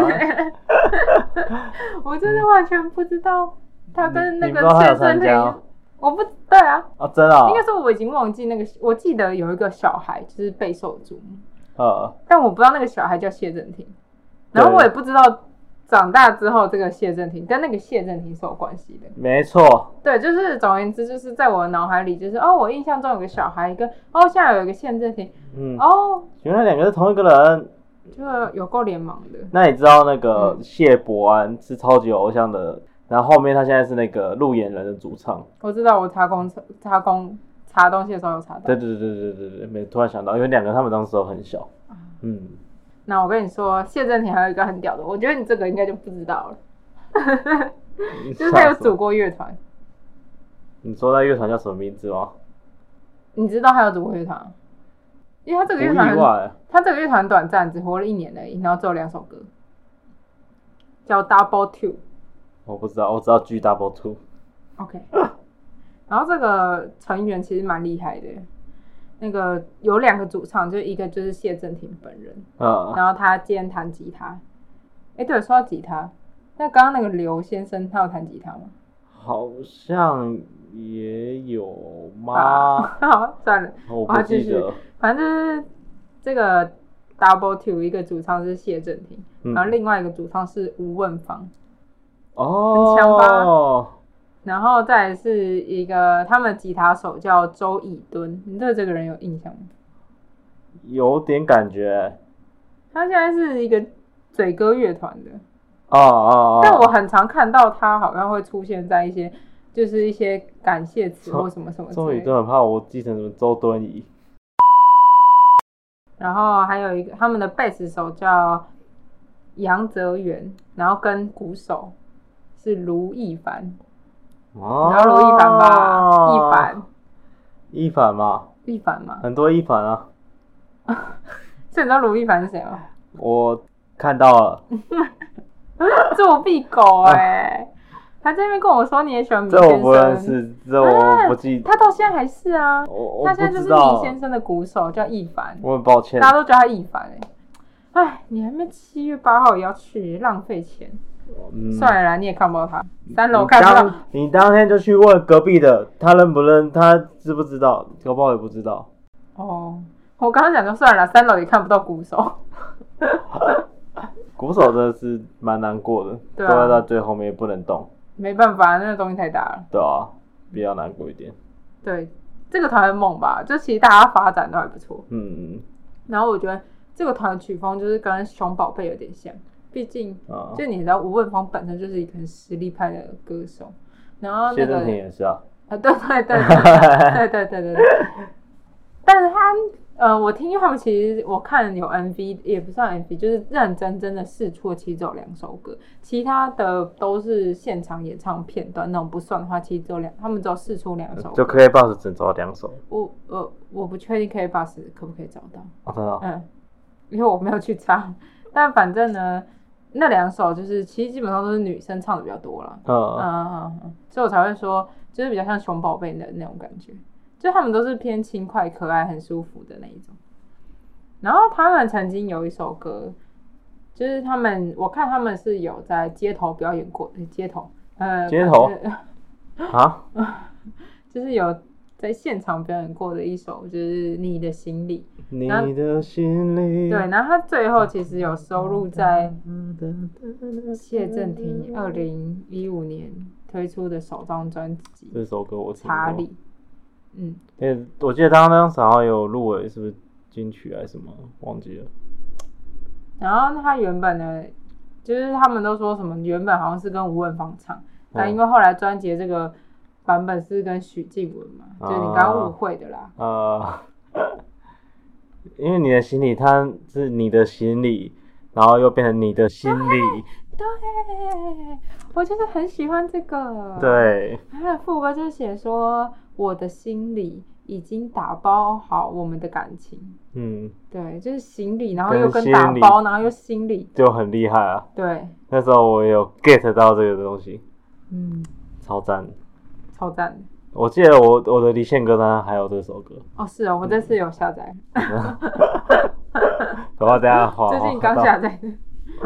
S1: 我真的完全不知道他跟那
S2: 你
S1: 个
S2: 你不知道他有
S1: 谢振
S2: 参加
S1: 廷，我不对啊。
S2: 啊，真的啊
S1: 应，该说我已经忘记那个，我记得有一个小孩就是备受瞩目，
S2: 呃，
S1: 但我不知道那个小孩叫谢振廷，然后我也不知道长大之后这个谢振廷跟那个谢振廷是有关系的。
S2: 没错，
S1: 对，就是总而言之，就是在我脑海里，就是哦，我印象中有个小孩，跟哦，现在有一个谢振廷，
S2: 嗯，
S1: 哦，
S2: 原来两个是同一个人。
S1: 就有够联盟的。
S2: 那你知道那个
S1: 嗯
S2: 谢伯安是超级偶像的，然后后面他现在是那个路演人的主唱。
S1: 我知道，我查公查公查东西的时候有查到
S2: 对。对对对对对对，没突然想到，因为两个他们当时都很小。
S1: 啊
S2: 嗯，
S1: 那我跟你说，谢振廷还有一个很屌的，我觉得你这个应该就不知道了，就是他有组过乐团，
S2: 你说那乐团叫什么名字吗？
S1: 你知道他有组过乐团吗，因为他这
S2: 不
S1: 个乐
S2: 意
S1: 团很
S2: 外，
S1: 他这个乐团短暂，只活了一年而已，然后只有两首歌，叫 Double Two。
S2: 我不知道，我知道 G Double Two。
S1: OK，然后这个成员其实蛮厉害的，那个有两个主唱，就一个就是谢振廷本人，
S2: 嗯，
S1: 然后他兼弹吉他。哎，对，说到吉他，那刚刚那个刘先生他有弹吉他吗？
S2: 好像也有吗？
S1: 啊，好，算了，
S2: 我
S1: 我
S2: 不
S1: 要继
S2: 记
S1: 续
S2: 得。
S1: 反正就是这个 Double Two 一个主唱是谢振廷，
S2: 嗯
S1: 然后另外一个主唱是吴汶芳。
S2: 哦，
S1: 很强吧然后再来是一个他们吉他手叫周以敦，你对这个人有印象吗？
S2: 有点感觉。
S1: 他现在是一个嘴歌乐团的，
S2: 哦哦哦！
S1: 但我很常看到他好像会出现在一些就是一些感谢词或什么什么之
S2: 周
S1: 类
S2: 宇
S1: 的
S2: 都很怕我继承什么周敦颐。
S1: 然后还有一个他们的贝斯手叫杨泽元，然后跟鼓手是卢亦凡，
S2: 哦，
S1: 然后卢亦凡吧，亦凡，
S2: 一凡嘛，
S1: 亦凡嘛，
S2: 很多一凡啊，
S1: 所以你知道卢亦凡是谁吗？
S2: 我看到了，
S1: 嗯 作弊狗哎、他这边跟我说你也喜欢米
S2: 啊这
S1: 先生，
S2: 我不认识，这我不记，
S1: 他到现在还是啊，
S2: 我我
S1: 他现在
S2: 不
S1: 就
S2: 知
S1: 是米
S2: 道，
S1: 先生的鼓手，叫一凡，
S2: 我很抱歉
S1: 大，家都叫他一凡哎、哎，你还没七月八号也要去，浪费钱。
S2: 嗯，
S1: 算了啦，你也看不到他，三楼
S2: 你
S1: 看不到。
S2: 当你当天就去问隔壁的，他认不认，他知不知道，搞不好也不知道。
S1: 哦，我刚刚讲就算了啦，三楼也看不到鼓手。
S2: 鼓手真的是蛮难过的，
S1: 对
S2: 都
S1: 啊
S2: 要到最后面也不能动，
S1: 没办法，那个东西太大了。
S2: 对啊，比较难过一点。
S1: 对，这个团很猛吧？就其实大家发展都还不错。
S2: 嗯
S1: 然后我觉得这个团的曲风就是跟熊宝贝有点像，毕竟
S2: 啊，
S1: 就你知道吴汶芳本身就是一个很实力派的歌手，然后那
S2: 谢
S1: 个
S2: 振廷也是啊，
S1: 啊，对对对对对对对对对，但是他呃，我听他们其实我看有 MV 也不算 MV，就是认真真的试出了其实只有两首歌，其他的都是现场演唱片段，那种不算的话，其实只有两，他们只有试出两首歌。
S2: 就 K Box 只找两首，
S1: 我呃我不确定 K Bus 可不可以找到，
S2: 哦，真的哦，
S1: 嗯，因为我没有去唱，但反正呢，那两首就是其实基本上都是女生唱的比较多了。
S2: 嗯，
S1: 嗯嗯嗯，所以我才会说，就是比较像熊宝贝的那种感觉，就他们都是偏轻快、可爱、很舒服的那一种。然后他们曾经有一首歌，就是他们，我看他们是有在街头表演过，呃街头，呃，
S2: 街头
S1: 呃
S2: 啊，
S1: 就是有在现场表演过的一首，就是《你的行李
S2: 你
S1: 然后
S2: 的心》。里嗯
S1: 对，然后他最后其实有收录在嗯谢
S2: 谢
S1: 振廷二零一五年推出的首张专辑
S2: 这
S1: 《
S2: 首歌我听过
S1: 查理》。嗯，
S2: 诶，我记得他当时好像有入围，是不是金曲还是什么？忘记了。
S1: 然后他原本呢，就是他们都说什么原本好像是跟吴汶芳唱，
S2: 哦
S1: 但因为后来专辑的这个版本是跟许靖文嘛，
S2: 啊
S1: 就是你刚刚误会的啦。
S2: 呃，因为你的行李，它是你的行李，然后又变成你的心里，
S1: 对，我就是很喜欢这个。，
S2: 对，
S1: 还有副歌就是写说我的心里已经打包好我们的感情，
S2: 嗯，
S1: 对，就是行李，然后又跟
S2: 跟
S1: 打
S2: 心里
S1: 包，然后又心里，
S2: 就很厉害啊。
S1: 对，
S2: 那时候我有 get 到这个东西，
S1: 嗯，
S2: 超赞。
S1: 超赞的。
S2: 我记得我我的离线歌单还有这首歌，
S1: 哦，是哦，我这次有下载，
S2: 然后大家好，
S1: 最近刚下哦载的。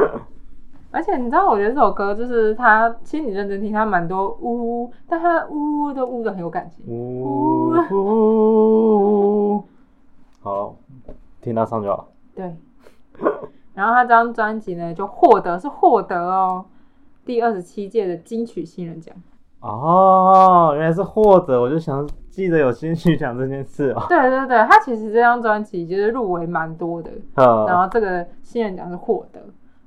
S1: 而且你知道，我觉得这首歌就是它，其实你认真听，它蛮多呜呜，但它呜呜都呜的很有感情。
S2: 呜呼，好，听他唱就好。
S1: 对，然后他这张专辑呢，就获得是获得哦第二十七届的金曲新人奖。
S2: 哦，原来是获得，我就想记得有金曲奖这件事哦。
S1: 对对对，他其实这张专辑就是入围蛮多的，然
S2: 呃，
S1: 后这个新人奖是获得。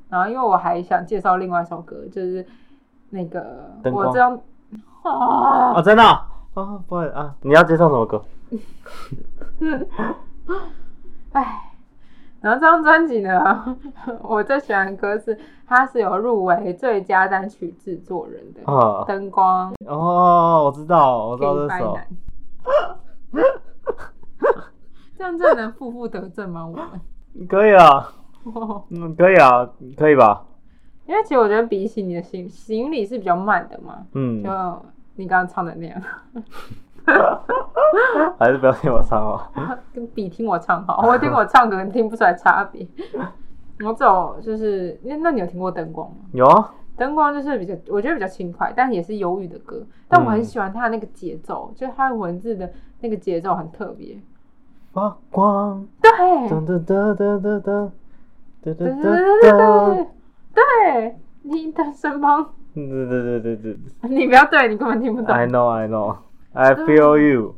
S1: 然后因为我还想介绍另外一首歌，就是那个
S2: 灯
S1: 我
S2: 光
S1: 这张啊，
S2: 哦，真的哦哦，不好意思啊，你要介绍什么歌？
S1: 唉，哎然后这张专辑呢， 我最喜欢的歌是它是有入围最佳单曲制作人的
S2: 啊，
S1: 灯光
S2: 哦，我知道，我知
S1: 给
S2: 道这
S1: 白
S2: 首
S1: 男。 这样真的能负负得正吗？我们，
S2: 可以啊，嗯，可以啊，可以吧？
S1: 因为其实我觉得比起你的行行李是比较慢的嘛，
S2: 嗯，
S1: 就你刚刚唱的那样，
S2: 还是不要听我唱哦。
S1: 跟比听我唱好，我听我唱可能听不出来差 别。我走就是那那你有听过灯光吗？
S2: 有啊，
S1: 灯光就是比较，我觉得比较轻快，但也是忧郁的歌。但我很
S2: 嗯
S1: 喜欢它的那个节奏，就是它文字的那个节奏很特别。
S2: 发光，
S1: 对，
S2: 噔噔噔噔噔噔，噔
S1: 对对
S2: 噔噔
S1: 对
S2: 噔，
S1: 对对，你的身旁，
S2: 对对对对
S1: 你不要对你根本听不
S2: 对，I
S1: 懂。
S2: know I know I feel you，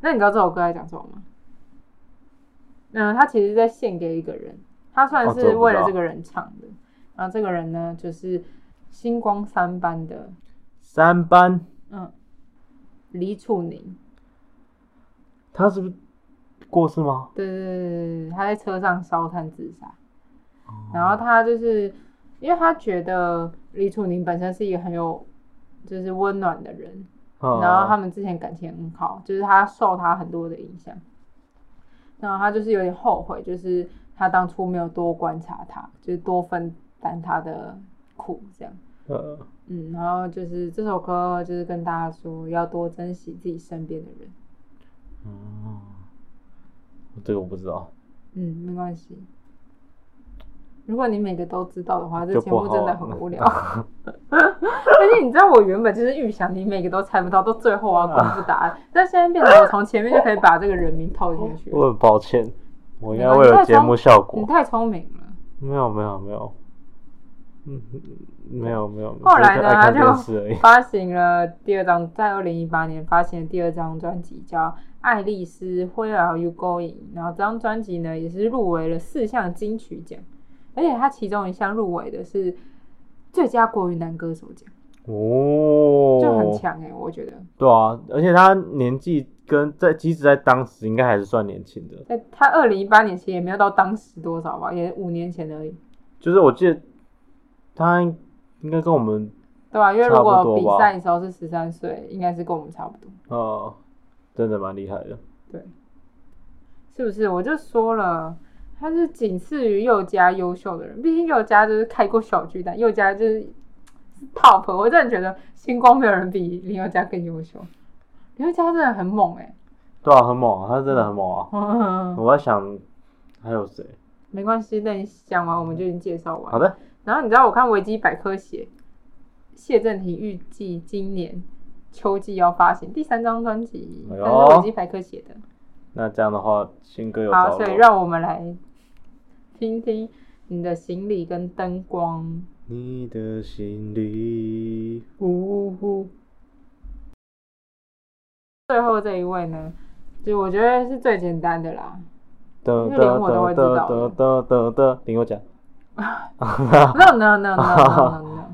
S1: 那你知道这首歌在讲什么吗？嗯，它其实在献给一个人，它算
S2: 哦这我
S1: 是
S2: 不知
S1: 为了
S2: 道
S1: 这个人唱的。然后这个人呢，就是星光三班的，
S2: 三班，
S1: 嗯，李楚宁。
S2: 他是不是过世吗？
S1: 对对对对，他在车上烧炭自杀。然后他就是因为他觉得李楚宁本身是一个很有就是温暖的人，
S2: 嗯
S1: 然后他们之前感情很好，就是他受他很多的影响，然后他就是有点后悔，就是他当初没有多观察他，就是多分担他的苦这样。
S2: 呃
S1: 嗯，然后就是这首歌就是跟大家说要多珍惜自己身边的人。
S2: 嗯，这个我不知道，
S1: 嗯，没关系。如果你每个都知道的话，这
S2: 就
S1: 节
S2: 不
S1: 目
S2: 好
S1: 真的
S2: 了
S1: 很无 聊。而且你知道，我原本就是预想你每个都猜不到，到最后我要公布答案。但现在变成我从前面就可以把这个人名套进去了。
S2: 我很抱歉，我应该
S1: 没关
S2: 为
S1: 系
S2: 了节目效果
S1: 你，太聪明了。
S2: 没有没有没有，嗯，没有没有，
S1: 后来呢
S2: 我只是爱看
S1: 他就
S2: 电 视而已。
S1: 发行了第二张，在二零一八年发行的第二张专辑叫《爱丽丝 Where Are You Going》，然后这张专辑呢也是入围了四项金曲奖，而且它其中一项入围的是最佳国语男歌手奖，
S2: 哦，
S1: 就很强哎、我觉得
S2: 对啊，而且他年纪跟在即使在当时应该还是算年轻的，
S1: 在他二零一八年其实也没有到当时多少吧，也五年前而已，
S2: 就是我记得他应该跟我们
S1: 对啊吧、因为如
S2: 差不
S1: 果
S2: 多
S1: 比
S2: 吧
S1: 赛的时候是十三岁，应该是跟我们差不多，
S2: 呃真的蛮厉害的，
S1: 对，是不是？我就说了。他是仅次于佑嘉优秀的人，毕竟佑嘉就是开过小巨蛋，佑嘉就是 top。我真的觉得星光没有人比林宥嘉更优秀，林宥嘉真的很猛哎、
S2: 对啊，很猛啊，他真的很猛啊！
S1: 嗯，
S2: 我在想还有谁？
S1: 没关系，等你讲完我们就已经介绍完。
S2: 好的，
S1: 然后你知道我看维基百科写，谢振廷预计今年秋季要发行第三张专辑，
S2: 哎
S1: 但
S2: 呦
S1: 是维基百科写的。
S2: 那这样的话，新歌有
S1: 好，
S2: 着
S1: 所以
S2: 落。
S1: 让我们来听听你的行李跟灯光。
S2: 你的心里，呜呼，
S1: 最后这一位呢，就我觉得是最简单的啦。
S2: 得
S1: 因为
S2: 得
S1: 连我都会
S2: 得
S1: 知道
S2: 得
S1: 的
S2: 得得得得，听我讲，
S1: no no no no no no no，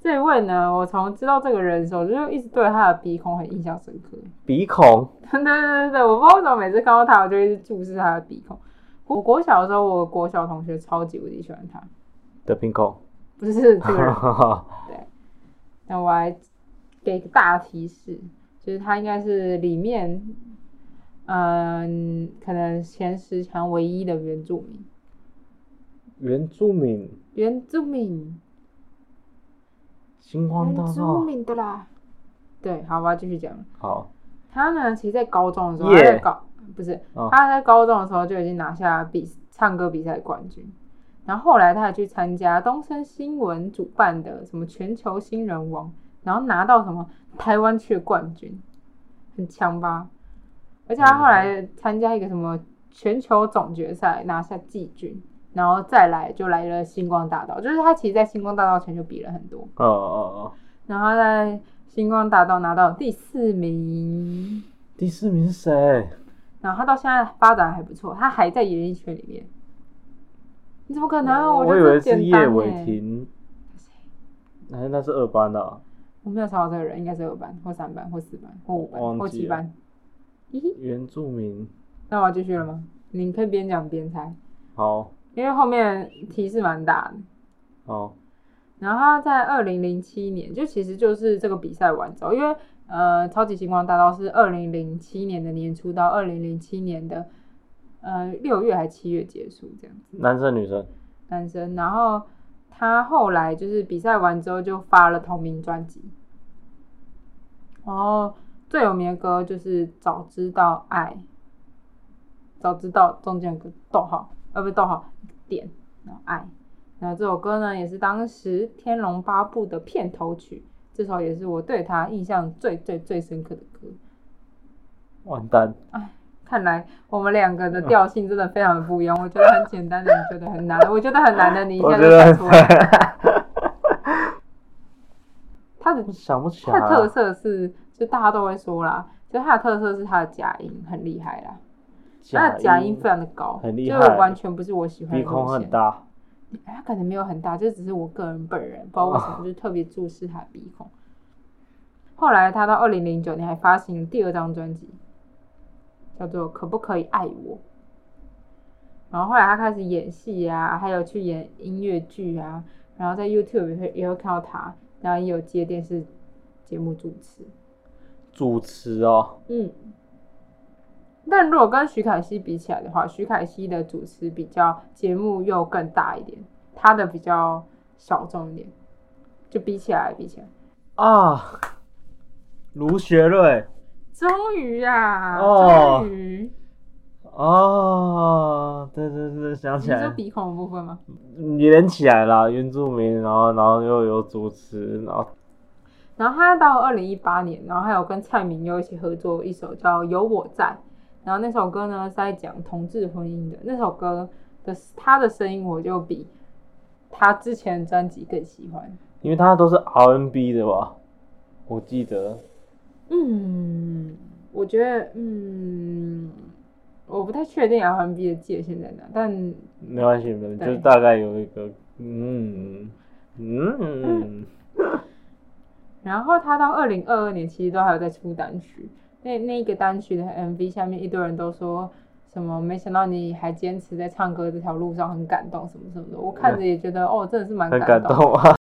S1: 这一位呢，我从知道这个人的时候，就一直对他的鼻孔很印象深刻。
S2: 鼻孔
S1: 对对对对，我不知道为什么每次看到他，我就一直注视他的鼻孔。我国小的时候，我国小同学超级无敌喜欢他，
S2: 的鼻孔，
S1: 不是这 个人。
S2: 哈哈，
S1: 那我来给个大提示，就是他应该是里面，嗯、可能前十强唯一的原住民。
S2: 原住民，
S1: 原住民，
S2: 星光大
S1: 原住
S2: 道，
S1: 民的啦。对，好，我要继续讲。
S2: 好，
S1: 他呢，其实，在高中的时候，
S2: 耶
S1: 他在高不是、
S2: 哦
S1: 他在高中的时候就已经拿下比唱歌比赛冠军，然后后来他还去参加东森新闻主办的什么全球新人王，然后拿到什么台湾区的冠军，很强吧？而且他后来参加一个什么全球总决赛拿下季军，然后再来就来了星光大道，就是他其实，在星光大道前就比了很多，
S2: 哦哦哦，
S1: 然后在星光大道拿到第四名，
S2: 第四名是谁？
S1: 然后他到现在发展还不错，他还在演艺圈里面。你怎么可能？
S2: 啊我
S1: 觉
S2: 以
S1: 得这
S2: 为是
S1: 简
S2: 叶
S1: 单
S2: 伟
S1: 欸
S2: 霆，哎，那是二班的、啊，
S1: 我没有查到这个人，应该是二班或三班或四班或五班
S2: 忘
S1: 或
S2: 记
S1: 七
S2: 了
S1: 班。咦嘿，
S2: 原住民。
S1: 那我要继续了吗？你可以边讲边猜，
S2: 好，
S1: 因为后面提示蛮大的。
S2: 好，
S1: 然后他在二零零七年，就其实就是这个比赛完之后，因为呃，超级星光大道是二零零七年的年初到二零零七年的呃六月还七月结束这样子，
S2: 男生女生，
S1: 男生。然后他后来就是比赛完之后就发了同名专辑，然后最有名的歌就是《早知道爱》，早知道中间有个逗号，呃，不是逗号点，然后爱。然后这首歌呢，也是当时《天龙八部》的片头曲，这首也是我对他印象最最最深刻的歌。
S2: 完蛋，
S1: 看来我们两个的调性真的非常的不一样。我觉得很简单的，你觉得很难的；我觉得很难的，你一
S2: 我
S1: 下
S2: 觉
S1: 就
S2: 得
S1: 想出 来。
S2: 很
S1: 它的
S2: 想不起来
S1: 它的特
S2: 啊，
S1: 色是，就大家都会说啦，就它的特色是它的假音很厉害啦，它的假音非常的高，
S2: 很厉
S1: 就
S2: 害
S1: 完全不是我喜欢
S2: 鼻
S1: 的
S2: 孔
S1: 路
S2: 很
S1: 线。
S2: 大，
S1: 哎它可能没有很大，这只是我个人本人，不知道为什么，就是特别注视他的鼻孔。后来他到二零零九年还发行了第二张专辑，叫做《可不可以爱我》。然后后来他开始演戏啊，还有去演音乐剧啊，然后在 YouTube 也会也会看到他，然后也有接电视节目主持。
S2: 主持哦，
S1: 嗯，但如果跟徐凯熙比起来的话，徐凯熙的主持比较节目又更大一点，他的比较小众一点，就比起来比起来，
S2: 啊，卢学瑞
S1: 终于呀、
S2: 哦
S1: 终于，
S2: 啊，对对对，想
S1: 你
S2: 起
S1: 说
S2: 来，
S1: 鼻孔的部分吗？
S2: 你连起来了，原住民，然后然后又有主持，然后
S1: 然后他到二零一八年，然后还有跟蔡明又一起合作一首叫《有我在》，然后那首歌呢是在讲同志婚姻的。那首歌的他的声音，我就比他之前的专辑更喜欢。
S2: 因为他都是 RNB 的吧，我记得，
S1: 嗯，我觉得，嗯，我不太确定 R&B 的界限在哪，但
S2: 没关系，没关系，
S1: 对
S2: 就大概有一个，嗯 嗯，
S1: 然后他到二零二二年其实都还有在出单曲，那那一个单曲的 MV 下面一堆人都说什么没想到你还坚持在唱歌这条路上，很感动什么什么的，我看着也觉得哦，真的是蛮
S2: 很
S1: 感
S2: 感动啊，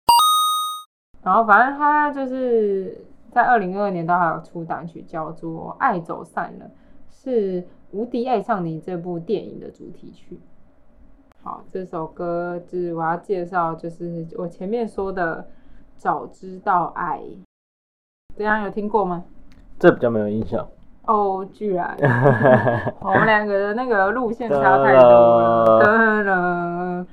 S1: 然后反正他就是在二零二二年都还有出单曲，叫做《爱走散了》，是《无敌爱上你》这部电影的主题曲。好，这首歌就是我要介绍，就是我前面说的《早知道爱》，怎样有听过吗？
S2: 这比较没有印象。
S1: 哦，居然，我们两个的那个路线差太多了。噔噔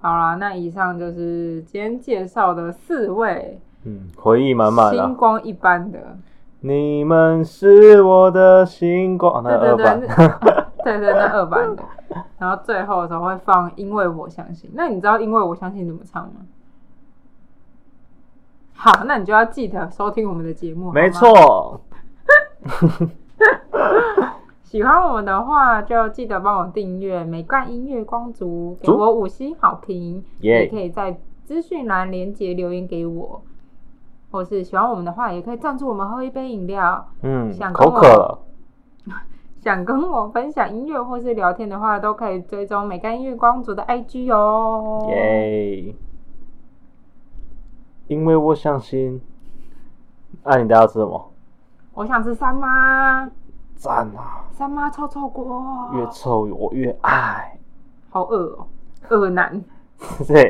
S1: 好啦，那以上就是今天介绍的四位
S2: 嗯，回忆满满
S1: 星
S2: 啊！
S1: 光一般的，
S2: 你们是我的星光，啊
S1: 对
S2: 那
S1: 对
S2: 二
S1: 对，
S2: 版，
S1: 那 对对那二版的。然后最后的时候会放《因为我相信》，那你知道《因为我相信》怎么唱吗？好，那你就要记得收听我们的节目。好吗
S2: 没，错，
S1: 喜欢我们的话，就记得帮我订阅美冠音乐光族，给
S2: 足
S1: 我五星好评。也
S2: 耶
S1: 可！以在资讯栏连接留言给我，或是喜欢我们的话，也可以赞助我们喝一杯饮料。
S2: 嗯
S1: 想，跟
S2: 口
S1: 我
S2: 渴了，
S1: 想跟我分享音乐或是聊天的话，都可以追踪美干音乐光族的 IG 哦。
S2: 耶！因为我相信，那、你等下要吃什么？
S1: 我想吃三妈，
S2: 赞啊！
S1: 三妈臭臭锅，
S2: 越臭我越爱，
S1: 好饿哦，饿男。
S2: 对。